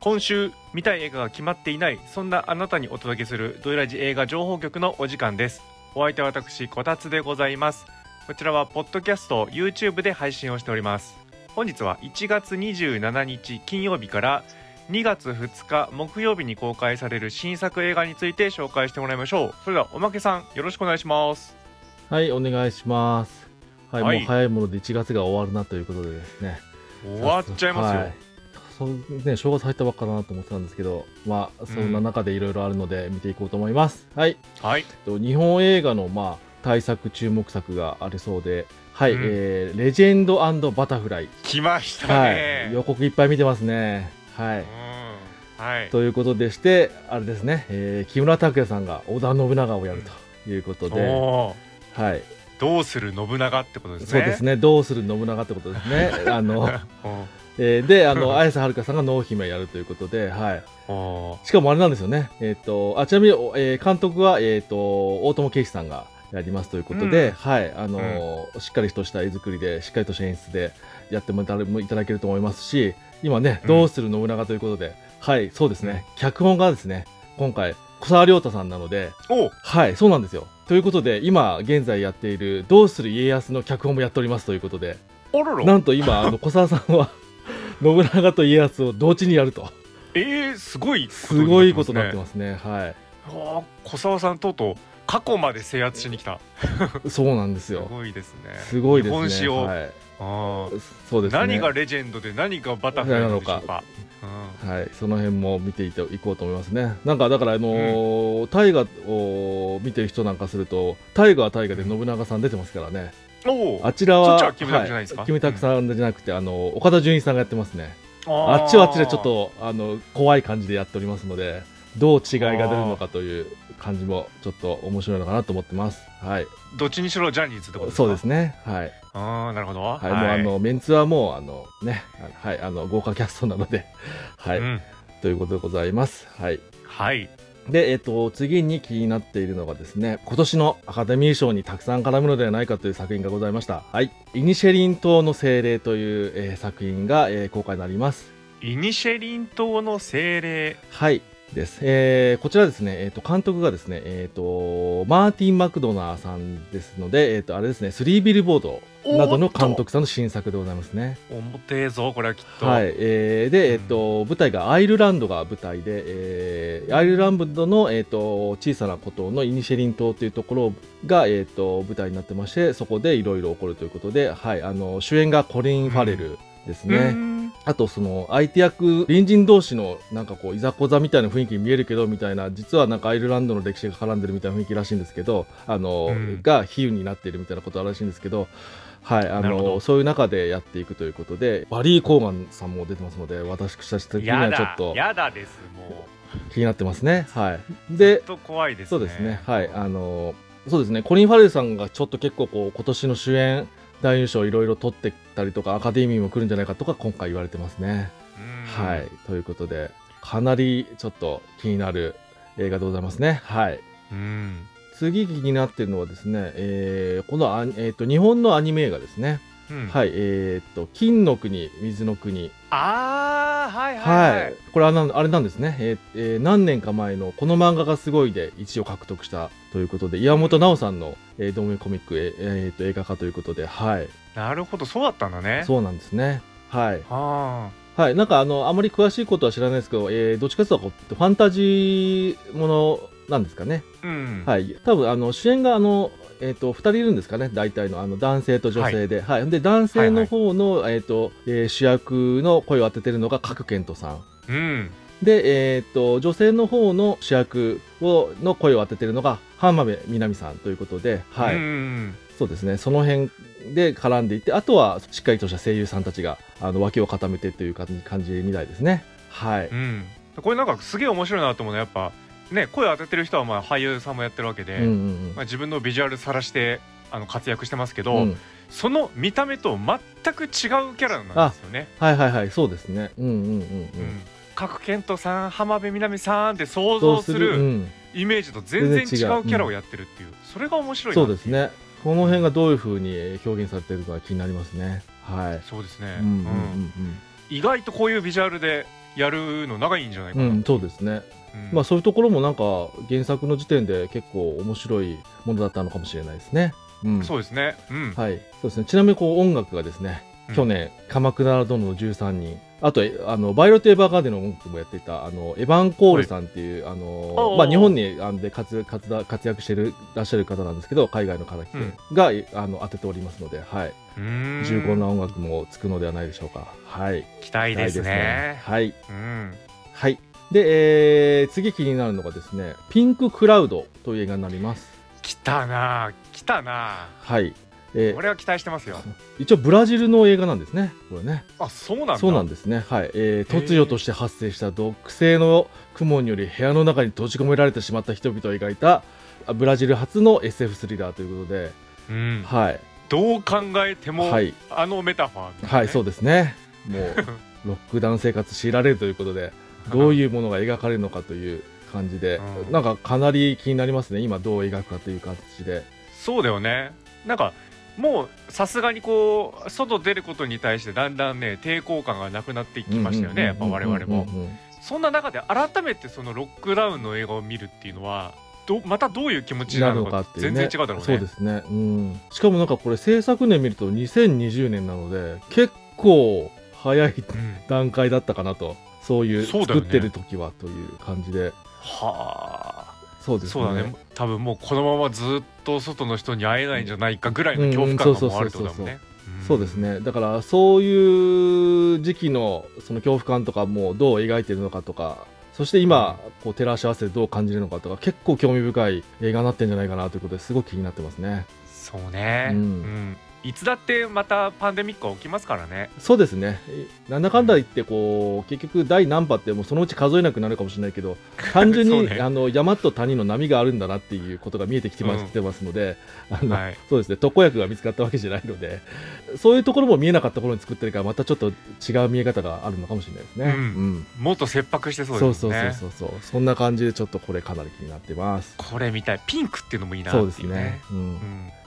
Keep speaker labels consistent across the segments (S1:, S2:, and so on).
S1: 今週見たい映画が決まっていないそんなあなたにお届けするドイラジ映画情報局のお時間ですお相手は私こたつでございますこちらはポッドキャスト YouTube で配信をしております本日は1月27日金曜日から2月2日木曜日に公開される新作映画について紹介してもらいましょうそれではおまけさんよろしくお願いします
S2: はい、お願いします。はい、
S1: はい
S2: もう早いもので1月が終わるなということでですね。
S1: 終わっちゃいますよ、
S2: はいそうね、正月入ったばっかだなと思ってたんですけど、まあ、そんな中でいろいろあるので見ていこうと思います。はい、
S1: はい
S2: えっと日本映画の、まあ、大作、注目作がありそうで、はい、
S1: うん
S2: えーレジェンドバタフライ。
S1: 来ましたね、
S2: はい、予告いっぱい見てますね。はい。
S1: うんはい
S2: ということでして、あれですね、えー木村拓哉さんが織田信長をやるということで、
S1: おー
S2: はい、
S1: どうする信長ってことですね
S2: そうですね、どうする信長ってことですね。 あの、
S1: うん
S2: えーで、あの、綾瀬はるかさんが濃姫やるということで、はい。
S1: おー
S2: しかもあれなんですよね。えっ、と、あ、ちなみに、おえー監督は、えっ、と、大友圭司さんがやりますということで、
S1: うん
S2: はい。あのーしっかりとした絵作りで、しっかりとした演出でやってもいただいただけると思いますし、今ね、
S1: うん
S2: どうする信長ということで、はい、そうですね。脚本がですね、今回、小沢亮太さんなので、
S1: お
S2: はい、そうなんですよ。ということで、今、現在やっている、どうする家康の脚本もやっておりますということで、
S1: おろろ
S2: なんと今、あの小沢さんは 信長と家康を同時にやると、
S1: えー、すごいこと
S2: すごいことになって
S1: ま
S2: ますね。は
S1: すねうわー小沢さんとうとう過去まで制圧しに来た
S2: い、そうなんです
S1: す
S2: よ。
S1: ごいですね
S2: すごいですね。
S1: 日本史を、
S2: はい、
S1: あー
S2: そうですね。
S1: 何がレジェンドで何がバタフライなのでしょうか
S2: はい、その辺も見ていていこうと思いますね。なんかだから、あのー大河を見てる人なんかすると、大河は大河で信長さん出てますからね。
S1: うん、おー
S2: あちらは、
S1: そっちはキムタクじゃないですか
S2: はキムタクさんじゃなくて、あの岡田准一さんがやってますね。
S1: あー
S2: あっちはあっちでちょっとあの怖い感じでやっておりますのでどう違いが出るのかという感じもちょっと面白いのかなと思ってますはい
S1: どっちにしろジャニーズってことですか
S2: そうですねはい、
S1: ああなるほど
S2: は
S1: はい
S2: もうあのメンツはもうあのねはいあの豪華キャストな のではい、
S1: うん
S2: ということでございますはい
S1: はい
S2: で、えっと、次に気になっているのがですね、今年のアカデミー賞にたくさん絡むのではないかという作品がございました。はい。イニシェリン島の精霊という、えー作品が、えー公開になります。
S1: イニシェリン島の精霊
S2: はいです、えーこちらですね、えー、と監督がですね、えー、とマーティン・マクドナーさんですので、えー、とあれですね、スリービルボードなどの監督さんの新作でございますね。
S1: 重てえぞこれはきっと、
S2: はいえーで、えーと舞台がアイルランドが舞台で、えーアイルランドの、えー、と小さな孤島のイニシェリン島というところが、えー、と舞台になってましてそこでいろいろ起こるということで、はい、あの主演がコリン・ファレルですね。
S1: うん
S2: あとその相手役隣人同士のなんかこういざこざみたいな雰囲気に見えるけどみたいな実はなんかアイルランドの歴史が絡んでるみたいな雰囲気らしいんですけどあの、
S1: うん
S2: が比喩になっているみたいなことらしいんですけど。はい、あ
S1: なるほ
S2: の
S1: ど
S2: そういう中でやっていくということでバリー・コーガンさんも出てますので私たち的に
S1: や
S2: は
S1: だ
S2: ちょっと
S1: やだですも
S2: 気になってますね。はいうで
S1: ずっと怖いですね
S2: そうですね、はい、あのそうですね、コリン・ファレルさんがちょっと結構こう、今年の主演男優賞いろいろ取ってたりとか、アカデミーも来るんじゃないかとか、今回言われてますね。
S1: うん
S2: はい、ということで、かなりちょっと気になる映画でございますね。はい
S1: うん
S2: 次気になってるのはですね、えーこのアニ、えー、と日本のアニメ映画ですね、
S1: うん
S2: はいえー、と金の国水の国、
S1: ああはいは
S2: はいい、
S1: はい
S2: これはなあれなんですね、えーえー何年か前のこの漫画がすごいで1位を獲得したということで岩本直さんの、えー、同名コミック、えーえーと映画化ということで、はい、
S1: なるほどそうだったんだね
S2: そうなんですね。はい、
S1: あー
S2: はい、なんかあのあまり詳しいことは知らないですけど、えーどっちかというとこうファンタジーものなんですかね、
S1: うん
S2: はい、多分あの主演があの、えー、と2人いるんですかね、大体のあの男性と女性で、はいで男性の方の、えーとえー主役の声を当ててるのが賀来賢人さん。
S1: うん
S2: で、えー、と女性の方の主役をの声を当ててるのが浜辺美波さんということで、はい
S1: うん
S2: そうですねその辺で絡んでいってあとはしっかりとした声優さんたちがあの脇を固めてという感じ感じみたいですね。はい、
S1: うんこれなんかすげえ面白いなと思うのはやっぱね声当ててる人はまあ俳優さんもやってるわけで、
S2: うんうん
S1: まあ、自分のビジュアルさらしてあの活躍してますけ
S2: う
S1: ど、
S2: んうん、
S1: その見た目と全く違うキャラなんですよね。
S2: はいはいはいそうですね。うんうんうん
S1: う
S2: うん
S1: ん、各健人さん浜辺美波さんって想
S2: そ
S1: 像
S2: う
S1: す
S2: う
S1: る
S2: ん、
S1: イメージと全然違うキ
S2: 全然違う
S1: ャラをやってるっていう、それが面白いな
S2: そ
S1: っ
S2: う
S1: てい
S2: ですねこの辺がどういうふうに表現されてるか気になりますね。はい、
S1: そうですね、
S2: うんうん
S1: うん意外とこういうビジュアルでやるの長いんじゃないか
S2: う
S1: な、
S2: ん、そうですね、
S1: うん
S2: まあ、そういうところもなんか原作の時点で結構面白いものだったのかもしれないですね。うん
S1: そうですねうん、
S2: はい、そうですねちなみにこう音楽がですね、
S1: うん
S2: 去年「鎌倉殿の13人」あとえあの「バイオレット・エヴァーガーデン」の音楽もやっていたあのエヴァン・コールさんっていう、あ
S1: おうお
S2: の
S1: う
S2: まあ、日本にあので活活だ活躍してるらっしゃる方なんですけど海外の方来て
S1: うん
S2: が、えあの当てておりますので、はい、
S1: うん
S2: 重厚な音楽もつくのではないでしょうか。はい、
S1: 期待ですね
S2: はい
S1: うん
S2: はい。で、えー次気になるのがですね、ピンククラウドという映画になります。
S1: 来たな来たな
S2: はい。えー
S1: 俺は期待してますよ
S2: 一応ブラジルの映画なんですね。これね。
S1: あそうなんだ
S2: そうなん
S1: だ
S2: ですね。はい。えー突如として発生した毒性の雲により部屋の中に閉じ込められてしまった人々を描いたあブラジル初の SF スリラーということで、
S1: うん
S2: はい。
S1: どう考えても、
S2: はい
S1: あのメタファーみたいなね、
S2: はい、そうですね。も うロックダウン生活強いられるということで、どういうものが描かれるのかという感じで、
S1: うん
S2: なんかかなり気になりますね。今どう描くかという形で。
S1: そうだよねなんかもうさすがにこう外出ることに対してだんだんね抵抗感がなくなっていきましたよねやっぱ我々も
S2: うんうんうんうん
S1: そんな中で改めてそのロックダウンの映画を見るっていうのはどまたどういう気持ち
S2: な
S1: な
S2: の
S1: の
S2: か
S1: か
S2: っていう、
S1: 全
S2: ね、
S1: 然違うだろうね
S2: そうですね、うん、しかもなんかこれ制作年見ると2020年なので結構早い
S1: うん
S2: 段階だったかなとそういう
S1: そうだ
S2: 作
S1: よ
S2: っ
S1: ね
S2: てる時はという感じで
S1: はあ
S2: そうです
S1: そうだね多分もうこのままずっと外の人に会えないんじゃないかぐらいの恐怖感がもうあるってことだもんねん
S2: そうですねだからそういう時期のその恐怖感とかもどう描いてるのかとかそして今こう照らし合わせてどう感じるのかとか結構興味深い映画になってるんじゃないかなということですごく気になってますね
S1: そうね
S2: う
S1: うんん、いつだってまたパンデミックは起きますからね
S2: そうですね、なんだかんだ言ってこう、結局、第何波ってもうそのうち数えなくなるかもしれないけ ど、単純
S1: そう
S2: に、
S1: ね
S2: あの山と谷の波があるんだなっていうことが見えてきてま
S1: うん
S2: す,、て ますので、あの
S1: はい
S2: そうですね、特効薬が見つかったわけじゃないので、そういうところも見えなかった頃に作ってるから、またちょっと違う見え方があるのかもしれないですね。
S1: うんもっと切迫して
S2: う
S1: そ
S2: ん
S1: う
S2: そう
S1: です
S2: そ
S1: よ
S2: う
S1: ね
S2: そうそうそう、そんな感じで、ちょっとこれ、かなり気になってます。
S1: これみたいピンクっていうのもいいなってい
S2: そうう
S1: ね
S2: ですね。うん
S1: うん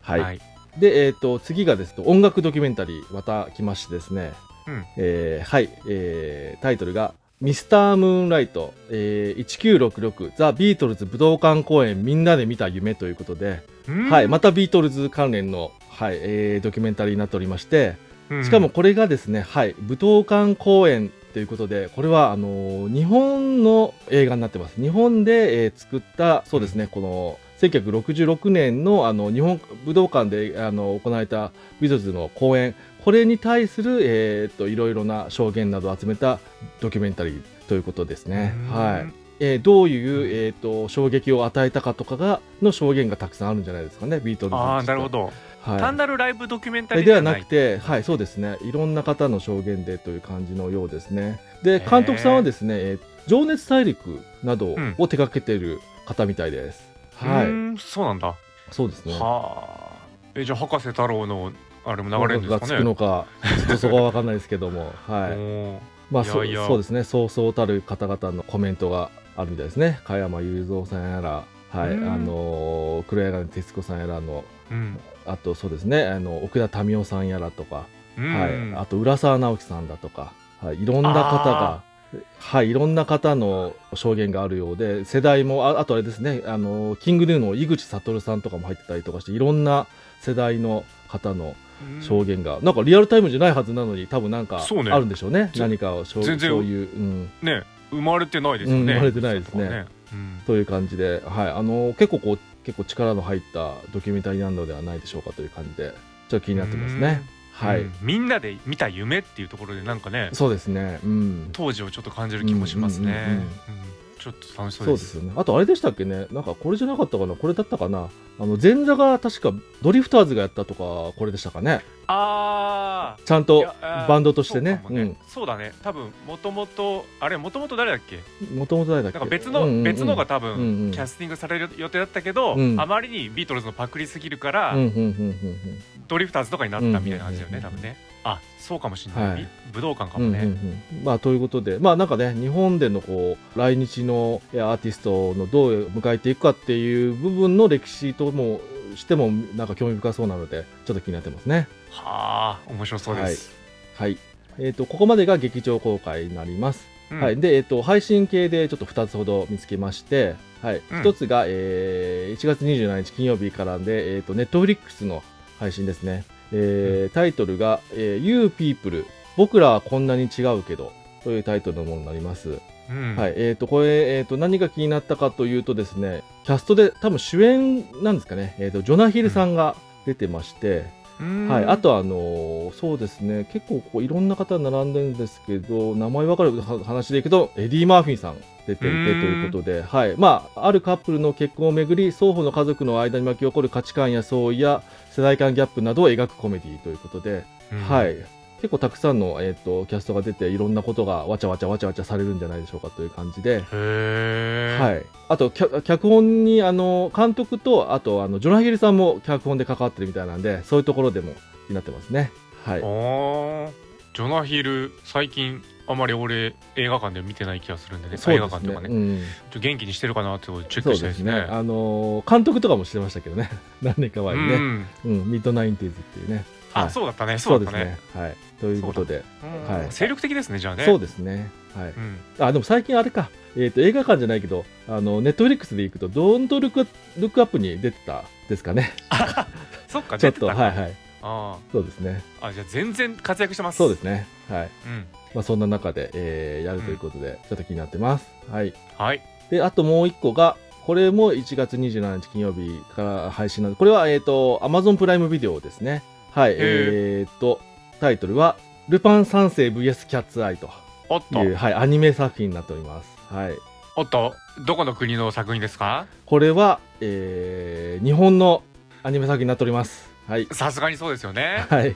S2: はいで、えー、と次がですと音楽ドキュメンタリーまた来ましてですね、
S1: うん
S2: えーはい、えータイトルが「ミスタームーンライト、えー、1966ザ・ビートルズ武道館公演みんなで見た夢」ということで、
S1: うん
S2: はい、またビートルズ関連の、はいえードキュメンタリーになっておりまして
S1: うん
S2: しかもこれがですね、はい、武道館公演ということでこれはあのー日本の映画になってます日本で、えー作ったそうですね、この1966年のあの日本武道館であの行われたビートルズの公演これに対する、えーっといろいろな証言などを集めたドキュメンタリーということですね。
S1: うん
S2: はいえーどういう、
S1: うん
S2: えーっと衝撃を与えたかとかがの証言がたくさんあるんじゃないですかねビートルズについて
S1: ああなるほ、ど、
S2: はい、
S1: 単なるライブドキュメンタリーで
S2: では
S1: はな
S2: ないくて、はい、そうですね、いろんな方の証言でという感じのようですね。で、
S1: へー
S2: 監督さんはですね、えー情熱大陸など
S1: うん
S2: を手掛けている方みたいです。
S1: う
S2: はい、
S1: ーんそうなんだ、
S2: そうですね。
S1: はあえじゃあ博士太郎のあれも流れるんです
S2: 音楽が
S1: か
S2: つ
S1: ね
S2: くのか、ちょっとそこは分かんないですけど も、はい。
S1: おー
S2: まあ、
S1: いや
S2: そう
S1: いや
S2: そうですね、そうそうたる方々のコメントがあるみたいですね。加山雄三さんやら、はい、あ
S1: うん
S2: のー黒柳徹子さんやらの、
S1: うん
S2: あとそうですね、あの奥田民生さんやらとか、
S1: うん
S2: はい、あと浦沢直樹さんだとか、はい、いろんな方が、はい、いろんな方の証言があるようで世代もああとあれですねあのキングヌーの井口悟さんとかも入ってたりとかしていろんな世代の方の
S1: うん
S2: 証言が、なんかリアルタイムじゃないはずなのに多分なんか
S1: そうね
S2: あるんでしょうね
S1: ぜ
S2: 何かを証
S1: 全然
S2: そういう、うん、
S1: ね生まれてないですよね、
S2: うん生まれてないですね
S1: そうだうん
S2: という感じで、はい、あの結構こう結構力の入ったドキュメンタリーなのではないでしょうかという感じでちょっと気になってますね。はい、
S1: うんみんなで見た夢っていうところでなんかね
S2: そうですね、うん、
S1: 当時をちょっと感じる気もしますね、
S2: うんうんうん
S1: うんちょっと楽しそう
S2: そう
S1: で
S2: ですすよね。あとあれでしたっけね、なんかこれじゃなかったかな、これだったかな。あの前座が確かドリフターズがやったとか、これでしたかね。
S1: ああ
S2: ちゃんとバンドとしてね。
S1: そう,、そうだね多分もともとあれもともと誰だっけ
S2: うん。もともと誰だっけ。
S1: なんか別の、
S2: うんうんうん
S1: 別のが多分、
S2: うんうん
S1: キャスティングされる予定だったけど、
S2: うん
S1: あまりにビートルズのパクリすぎるから、
S2: うんうんうんうん
S1: ドリフターズとかになったみたいな感じだよね、
S2: うん
S1: 多分ねあそうかもしれない、
S2: はい
S1: 武道館か
S2: う
S1: も
S2: ん。うんうん
S1: ね、
S2: うんまあということで、まあなんかね、日本でのこう来日のえアーティストのどう迎えていくかっていう部分の歴史ともしてもなんか興味深そうなので、ちょっと気になってますね。
S1: はあ面白そうです、
S2: はい、えー、とここまでが劇場公開になります。
S1: うん
S2: はい、で、えっと、配信系でちょっと2つほど見つけまして、はい、
S1: うん
S2: 1つが、えー1月27日金曜日からで、えっと、ネットフリックスの配信ですね。えータイトルが、えー You People 僕らはこんなに違うけどというタイトルのものになります。
S1: うん
S2: はい、えっ、と、これ、えっ、と、何が気になったかというとですね、キャストで多分主演なんですかね、えっ、と、ジョナヒルさんが出てまして、
S1: うん
S2: はい、あとはあのーそうですね結構ここいろんな方並んでるんですけど名前分かるは話でいくとエディ・マーフィンさん出ていてと
S1: うーん
S2: いうことで、はいまあ、あるカップルの結婚をめぐり双方の家族の間に巻き起こる価値観や相違や世代間ギャップなどを描くコメディということで、
S1: うん
S2: はい、結構たくさんの、えー、とキャストが出ていろんなことがわちゃわちゃわちゃわちゃされるんじゃないでしょうかという感じで。
S1: へえ、
S2: はい、あと脚脚本にあの監督とあとあのジョナヒルさんも脚本で関わってるみたいなんでそういうところでもになってますね。はい、
S1: ああジョナヒル最近あまり俺映画館で見てない気がするんでね
S2: そう
S1: 映
S2: で
S1: 画
S2: す
S1: 館とかね、
S2: ね。
S1: ちょ
S2: うん
S1: っと元気にしてるかなってことをチェッ
S2: そ
S1: ク
S2: う
S1: したい
S2: で
S1: ですすね
S2: ね。あの監督とかもしてましたけどね 何年か前に
S1: う
S2: ね、
S1: ん、
S2: うんミッドナインティーズっていうね。
S1: あ、
S2: はい
S1: そうだったねそうだ
S2: で
S1: っ
S2: す
S1: たね
S2: ね。はい、ということで、
S1: うん
S2: はい
S1: 精力的ですねじゃあね
S2: そう
S1: う、
S2: ですね。はい、
S1: ん、
S2: あでも最近あれか、えー、と映画館じゃないけどあのネットフリックスで行くと「ドントルクルックアップに出てたですかね
S1: そっか
S2: ち
S1: 出
S2: ょ
S1: た
S2: ってと
S1: か
S2: はいはい
S1: あ
S2: そうですね
S1: ーあじゃあ全然活躍してます
S2: そうですねはい
S1: うん
S2: まあ、そんな中で、えーやるということで、ちょっと気になってます。はい。
S1: はい
S2: で、あともう一個が、これも1月27日金曜日から配信なんで、これは、えっ、と、Amazon プライムビデオですね。はい。えっ、と、タイトルは、ルパン三世 VS キャッツアイと
S1: おっと
S2: いう、はい、アニメ作品になっております。はい。
S1: おっとどこの国の作品ですか
S2: これは、えー日本のアニメ作品になっております。はい。
S1: さすがにそうですよね
S2: はい。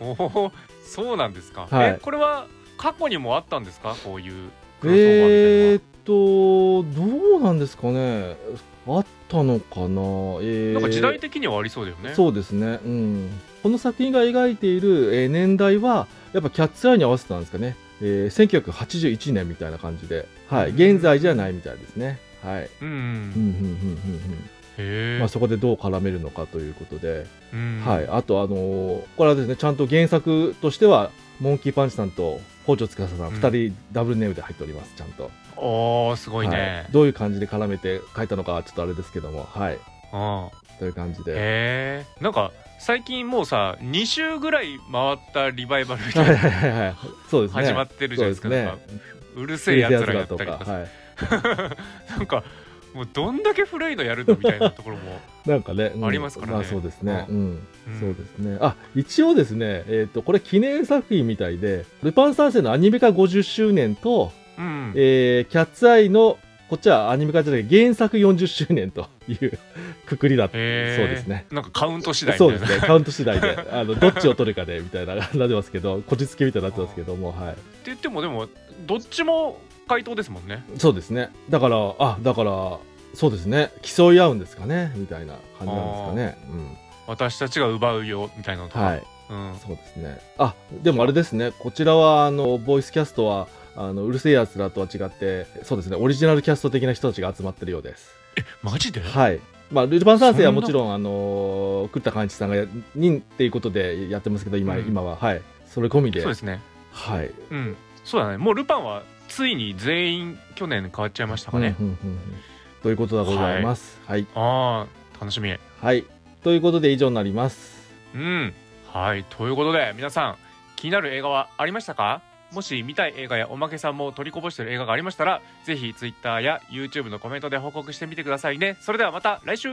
S1: おおそうなんですか、
S2: はい
S1: えこれは過去にもあったんですかこういうクロスオーバー
S2: え
S1: み
S2: っ、と、どうなんですかね。あったの
S1: たい
S2: かな。えー
S1: なのはなんか時代的にはありそうだよね
S2: そうですね、うん、この作品が描いている、えー年代はやっぱキャッツアイに合わせてたんですかね、えー1981年みたいな感じで、はい、現在じゃないみたいですね、はい
S1: うんう
S2: うん
S1: ん、
S2: うんうんうん
S1: へ
S2: う
S1: え、
S2: んまあ、そこでどう絡めるのかということで、
S1: うん
S2: はい、あと、あのーこれはですねちゃんと原作としてはモンキーパンチさんと北条司さん
S1: うん
S2: 2人ダブルネームで入っておりますちゃんと、
S1: おーすごい
S2: は
S1: ね
S2: い、、どういう感じで絡めて書いたのかはちょっとあれですけどもはい
S1: うん
S2: という感じで。
S1: へえなんか最近もうさ2週ぐらい回ったリバイバルみた
S2: はいい
S1: な
S2: はいはいはい、そうですね。
S1: 始まってるじゃないですか
S2: そうですね
S1: なんかうるせえやつらやったりとかさ
S2: は
S1: なんかもうどんだけ古いのやるのみたいなところ も、
S2: い、なんかね、うん
S1: ありますからね
S2: まあそうですね、
S1: う
S2: うん、
S1: うん
S2: そうですね。あ、一応ですね、えっ、とこれ記念作品みたいで、ルパン三世のアニメ化50周年と、
S1: うん
S2: えーキャッツアイのこっちはアニメ化じゃない原作40周年という くくりだったそう
S1: へー
S2: ですね。
S1: なんかカウント次第みた
S2: そう
S1: い
S2: で
S1: な
S2: すね、カウント次第で、あのどっちを取るかでみたいな、なってますけど、こ じつけみたいになってますけども、はい、
S1: って言ってもでもどっちも回答ですもんね
S2: そうですね。だから、あ、だから、そうですね。競い合うんですかね、みたいな感じなんですかね。
S1: 私たちが奪うよみたいなのと
S2: うん。
S1: か、
S2: はい。
S1: うん、
S2: そうですね。あ、でもあれですね。こちらは、あの、ボイスキャストは、あの、うるせえやつらとは違って、そうですね。オリジナルキャスト的な人たちが集まってるようです。
S1: マジで、
S2: はい。まあ、ルルパン三世
S1: そ
S2: は
S1: んな
S2: もちろん、あの、栗田寛一さんがや、人っていうことでやってますけど、今、
S1: うん
S2: 今は、はい。それ込みで。
S1: そうですね
S2: はい。
S1: うんそうだねもうルパンはついに全員去年変わっちゃいましたかね、
S2: うんうんうんうんということでございます。はい。
S1: ああ楽しみ
S2: はい。ということで、以上になります。
S1: うんはいということで皆さん気になる映画はありましたかもし見たい映画やおまけさんも取りこぼしてる映画がありましたらぜひ Twitter や YouTube のコメントで報告してみてくださいねそれではまた来週